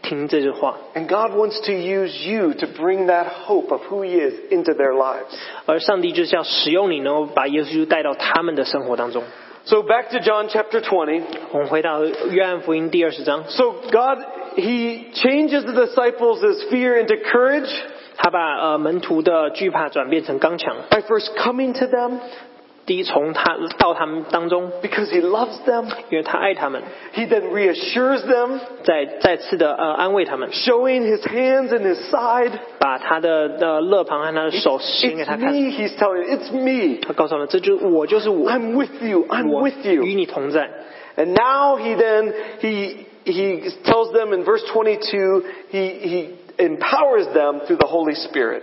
听这句话，
and God wants to use you to bring that hope of who He is into their lives.
而上帝就是要使用你，能够把耶稣带到他们的生活当中。
So back to John chapter 20.
我们回到约翰福音第二十章，
So God, He changes the disciples' fear into courage
他把呃门徒的惧怕转变成刚强。
by first coming to them
第一，从他到他们当中，
because He loves them.
因为他爱他们，
He then reassures them,
再再次的呃安慰他们，
showing His hands and His side.
把他的呃肋旁和他的手伸给他
It's
看，
me, He's telling you. It's me.
他告诉他们，这就是我，就是我，
I'm with you. I'm
我
with
与
you.
你同在。
And now He then, He, He tells them in verse 22, He, He empowers them through the Holy Spirit.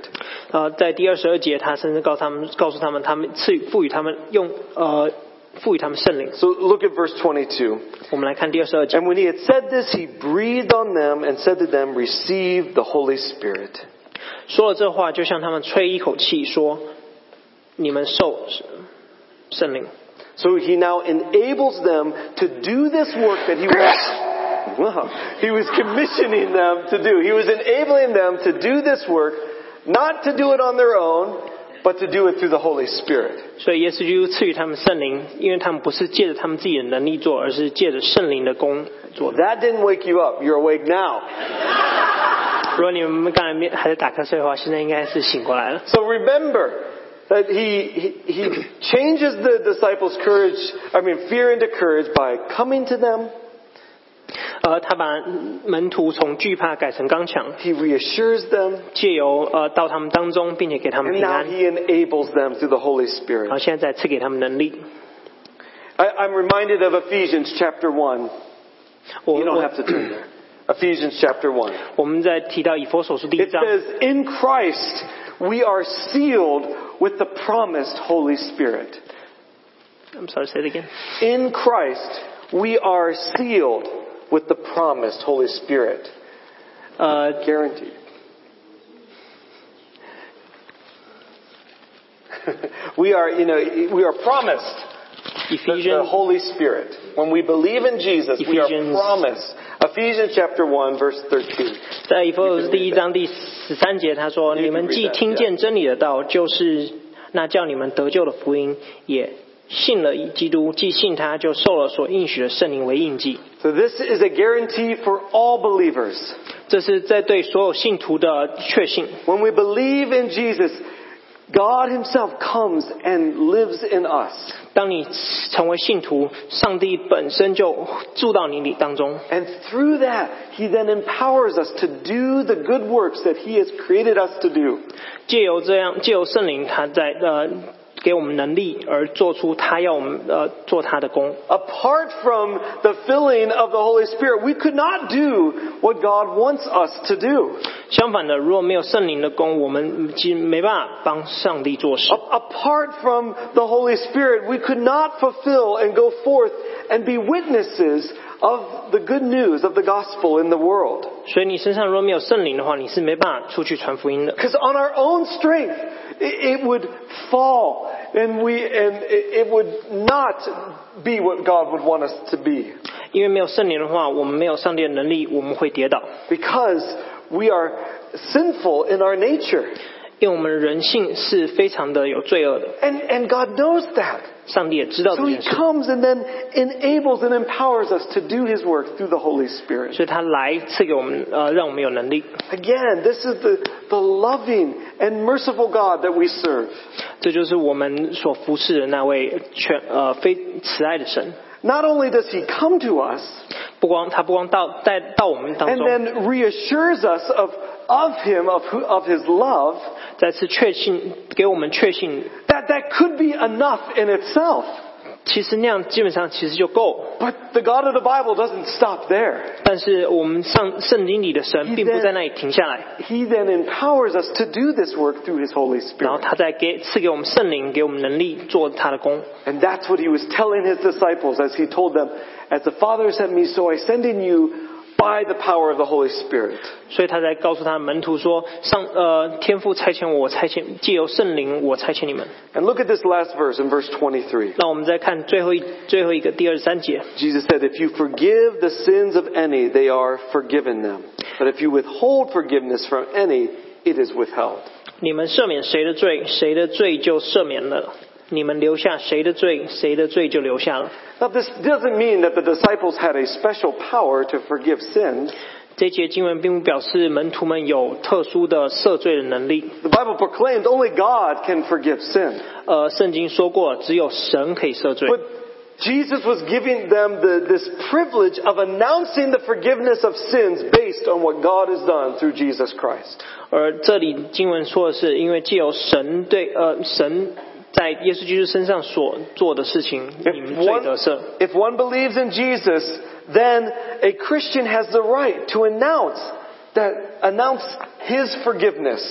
呃，在第二十二节，他甚至告诉他们，告诉他们，他们赐予赋予他们用呃赋予他们圣灵。
So look at verse 22.
我们来看第二十二节，
And when he had said this, he breathed on them and said to them, Receive the Holy Spirit.
说了这话，就向他们吹一口气，说：“你们受圣灵。
So he now enables them to do this work that he was, Wow. he was commissioning them to do. He was enabling them to do this work, not to do it on their own, but to do it through the Holy Spirit. ”
所以耶稣基督赐予他们圣灵，因为他们不是借着他们自己的能力做，而是借着圣灵的工做的。
That didn't wake you up. You're awake now.
如果你们刚才没还在打瞌睡的话，现在应该是醒过来了。
So remember that he, he, he changes the disciples' courage, I mean, fear into courage by coming to them.
呃，他把门徒从惧怕改成刚强，
He reassures them,
借由呃到他们当中，并且给他们
and
平
now
安。
He enables them through the Holy
然后
Spirit.
现在再赐给他们能力。
I, I'm reminded of Ephesians chapter 1.
我
You don't
我
have to turn there. Ephesians chapter 1.
我们在提到以佛所书第一
It
章，
says, In Christ we are sealed with the promised Holy Spirit.
I'm sorry, say it again.
In Christ we are sealed with the promised Holy Spirit.
呃，
Guaranteed. we are, you know, we are promised the, the
Ephesians
Holy Spirit. When we believe in Jesus, we are
Ephesians.
promised. Ephesians chapter 1, verse 13.
在以佛所书第一章第十三节，他说：“
You can read
你们既
that,
听见真理的道，就是那叫你们得救的福音，也信了基督，既信他，就受了所应许的圣灵为印记。
So this is a guarantee for all believers. ”
这是在对所有信徒的确信。
When we believe in Jesus, God Himself comes and lives in us.
当你成为信徒，上帝本身就住到你里当中。
And through that, He then empowers us to do the good works that He has created us to do.
借由这样，借由圣灵，他在呃给我们能力，而做出他要我们呃做他的工。
Apart from the filling of the Holy Spirit, we could not do what God wants us to do.
相反的，如果没有圣灵的工，我们其实没办法帮上帝做事。
A- Apart from the Holy Spirit, we could not fulfill and go forth and be witnesses of the good news of the gospel in the world.
所以你身上如果没有圣灵的话，你是没办法出去传福音的。
Because on our own strength, it, it would fall and we, and it, it would not be what God would want us to be.
因为没有圣灵的话，我们没有上帝的能力，我们会跌倒。
Because we are sinful in our nature.
因为我们人性是非常的有罪恶的，
And, and God knows that.
上帝也知道
So
这
he
件事，
comes and then enables and empowers us to do his work through the Holy Spirit.
所以他来赐给我们呃，让我们有能力。
Again, this is the, the loving and merciful God that we serve.
这就是我们所服侍的那位全呃非慈爱的神。
Not only does He come to us
不光他不光到在到我们当
and
中，
then reassures us of, of Him, of, who, of His love,
再次确信给我们确信，
that that could be enough in itself.
其实那样基本上其实就够。
But the God of the Bible doesn't stop there.
但是我们上圣经里的神
He
并不
then-
在那里停下来，
He then empowers us to do this work through His Holy
然后
Spirit.
他再给赐给我们圣灵，给我们能力做他的工。
And that's what He was telling His disciples as He told them, As the Father sent me, so I send in you by the power of the Holy Spirit.
所以他才告诉他的门徒说：“上呃，天父差遣我，我差遣借由圣灵，我差遣你们。
And look at this last verse in verse 23. ”
让我们再看最后一最后一个第二十三节。
Jesus said, If you forgive the sins of any, they are forgiven them. But if you withhold forgiveness from any, it is withheld.
你们赦免谁的罪，谁的罪就赦免了。你们留下谁的罪，谁的罪就留下了。
Now, this doesn't mean that the disciples had a special power to forgive sin.
这节经文并不表示门徒们有特殊的赦罪的能力。
The Bible proclaimed only God can forgive sin.
呃，圣经说过，只有神可以赦罪。
But Jesus was giving them the, this privilege of announcing the forgiveness of sins based on what God has done through Jesus Christ.
而这里经文说的是，因为借由神对呃神在耶稣基督身上所做的事情，你们
If
罪
one,
得赦。
if one believes in Jesus, then a Christian has the right to announce that announce his forgiveness.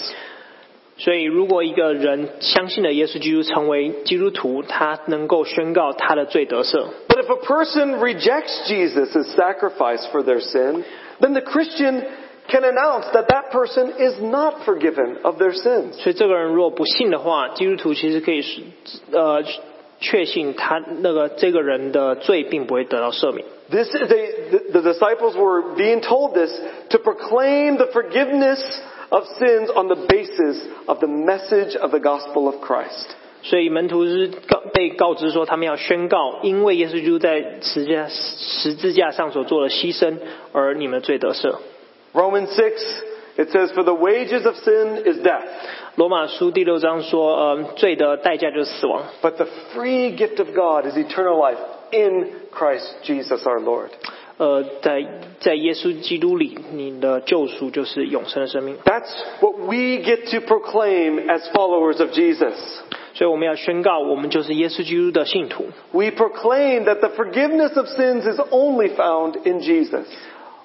所以，如果一个人相信了耶稣基督，成为基督徒，他能够宣告他的罪得赦。
But if a person rejects Jesus as sacrifice for their sin, then the Christian can announce that that person is not forgiven of their sins.
所以，这个人如果不信的话，基督徒其实可以呃确信他那个这个人的罪并不会得到赦免。
This is a, the, the disciples were being told this to proclaim the forgiveness of sins on the basis of the message of the gospel of Christ.
所以门徒是告被告知说，他们要宣告，因为耶稣基督在十字架十字架上所做的牺牲，而你们的罪得赦。
Romans 6, it says, for the wages of sin is death,
罗马书第六章说，呃，罪的代价就是死亡，
but the free gift of God is eternal life in Christ Jesus our Lord.
呃，在在耶稣基督里，你的救赎就是永生的生命。
That's what we get to proclaim as followers of Jesus.
所以我们要宣告，我们就是耶稣基督的信徒。
We proclaim that the forgiveness of sins is only found in Jesus.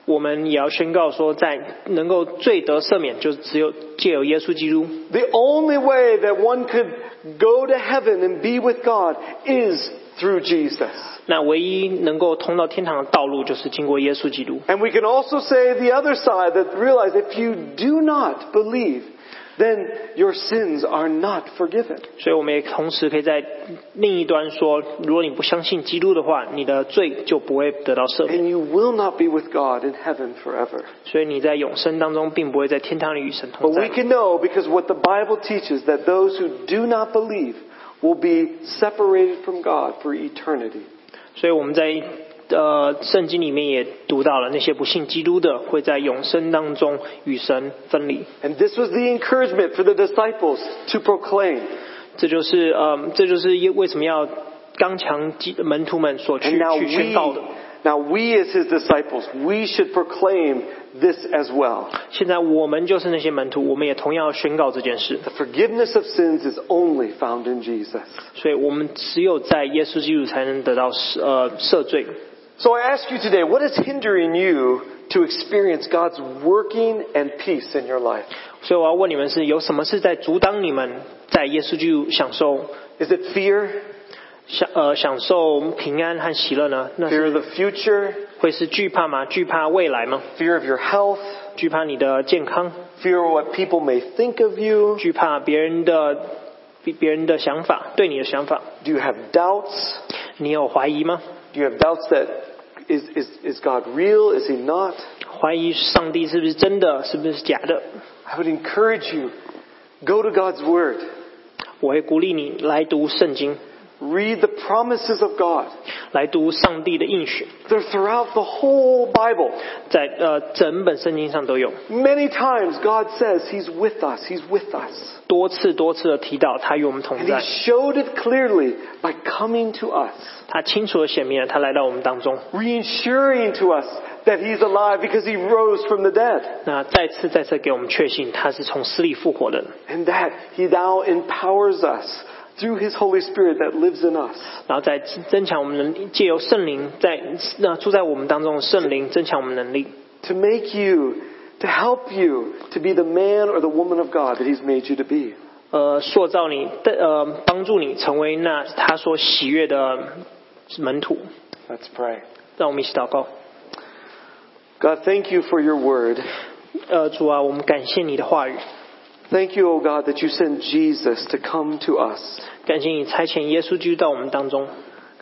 我们也要宣告说，在能够罪得赦免，就只有借由耶稣基督。
The only way that one could go to heaven and be with God is through Jesus.
那唯一能够通到天堂的道路，就是经过耶稣基督。
And we can also say the other side that realize if you do not believe, then your sins are not forgiven.
所以我们也同时可以在另一端说，如果你不相信基督的话，你的罪就不会得到赦免，
And you will not be with God in heaven forever.
所以你在永生当中并不会在天堂里与神同
But we
在。
can know because what the Bible teaches that those who do not believe will be separated from God for eternity.
所以我们在呃圣经里面也读到了，那些不信基督的会在永生当中与神分离。
And this was the encouragement for the disciples to proclaim.
这就是呃，这就是耶为什么要刚强基门徒们所去
And now
去
we,
宣告的。
now we as his disciples, we should proclaim this as well.
现在我们就是那些门徒，我们也同样要宣告这件事。
The forgiveness of sins is only found in Jesus.
所以我们只有在耶稣基督才能得到呃赦罪。
So I ask you today, what is hindering you to experience God's working and peace in your life?
所以我要问你们是有什么是在阻挡你们在耶稣基督享受
Is it fear?
享呃享受平安和喜乐呢？那
Fear of
是
the future?
会是惧怕吗？惧怕未来吗？
Fear of your health?
惧怕你的健康？
Fear of what people may think of you?
惧怕别人的别别人的想法对你的想法？
Do you have doubts?
你有怀疑吗？
Do you have doubts that is, is, is God real? Is he not?
怀疑上帝是不是真的？是不是假的？
I would encourage you, go to God's Word.
我会鼓励你来读圣经，
Read the promises of God.
来读上帝的应许，
They're throughout the whole Bible.
在呃整本圣经上都有
Many times God says He's with us. He's with us.
多次多次的提到他与我们同
And
在。
He showed it clearly by coming to us,
他清楚的显明了他来到我们当中，
reassuring to us that He's alive because He rose from the dead.
那再次再次给我们确信他是从死里复活的，
And that He now empowers us through His Holy Spirit that lives in us.
然后再增强我们能借由圣灵在那住在我们当中的圣灵增强我们能力，
to make you, to help you to be the man or the woman of God that He's made you to be.
呃，塑造你，呃，帮助你成为那他所喜悦的门徒。
Let's pray.
让我们一起祷告，
God, thank you for your word.
呃，主啊，我们感谢你的话语，
Thank you, O God, that you sent Jesus to come to us.
感谢你差遣耶稣基督到我们当中。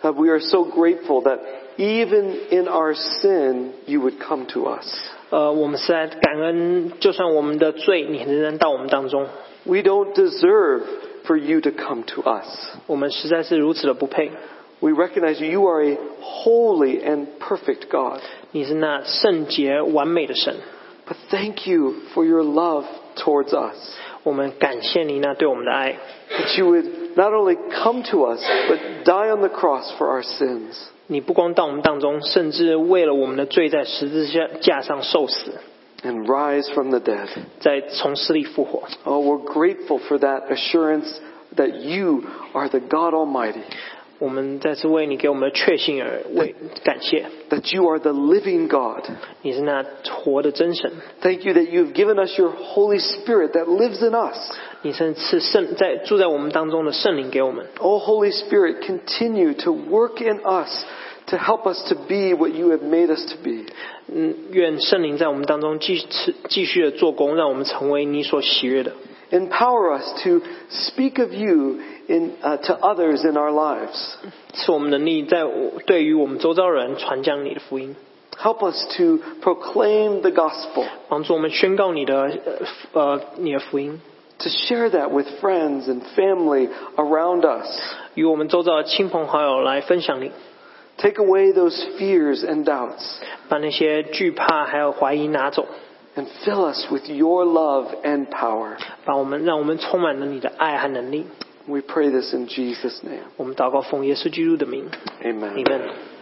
God, we are so grateful that even in our sin, you would come to us.
呃，我们实在感恩，就算我们的罪，你仍然到我们当中。
We don't deserve for you to come to us.
我们实在是如此的不配。
We recognize you, you are a holy and perfect God.
你是那圣洁完美的神，
But thank you for your love towards us.
我们感谢你那对我们的爱。
That you would not only come to us, but die on the cross for our sins.
你不光到我们当中，甚至为了我们的罪在十字架架上受死，
And rise from the dead.
再从死里复活。
Oh, we're grateful for that assurance that you are the God Almighty,
我们再次为你给我们的确信而为感谢，
that you are the living God.
你是那活的真神，
Thank you that you've given us your Holy Spirit that lives in us.
你甚至圣在住在我们当中的圣灵给我们。
Oh, Holy Spirit, continue to work in us to help us to be what you have made us to be.
嗯，愿圣灵在我们当中继持继续的做工，让我们成为你所喜悦的。
Empower us to speak of you in, uh, to others in our lives.
使我们能力在我对于我们周遭人传讲你的福音，
Help us to proclaim the gospel,
帮助我们宣告你的呃呃你的福音，
to share that with friends and family around us.
与我们周遭的亲朋好友来分享你，
Take away those fears and doubts
把那些惧怕还有怀疑拿走，
and fill us with your love and power.
把我们让我们充满了你的爱和能力。
We pray this in Jesus' name.
我们祷告奉耶稣基督的名
Amen.
，Amen。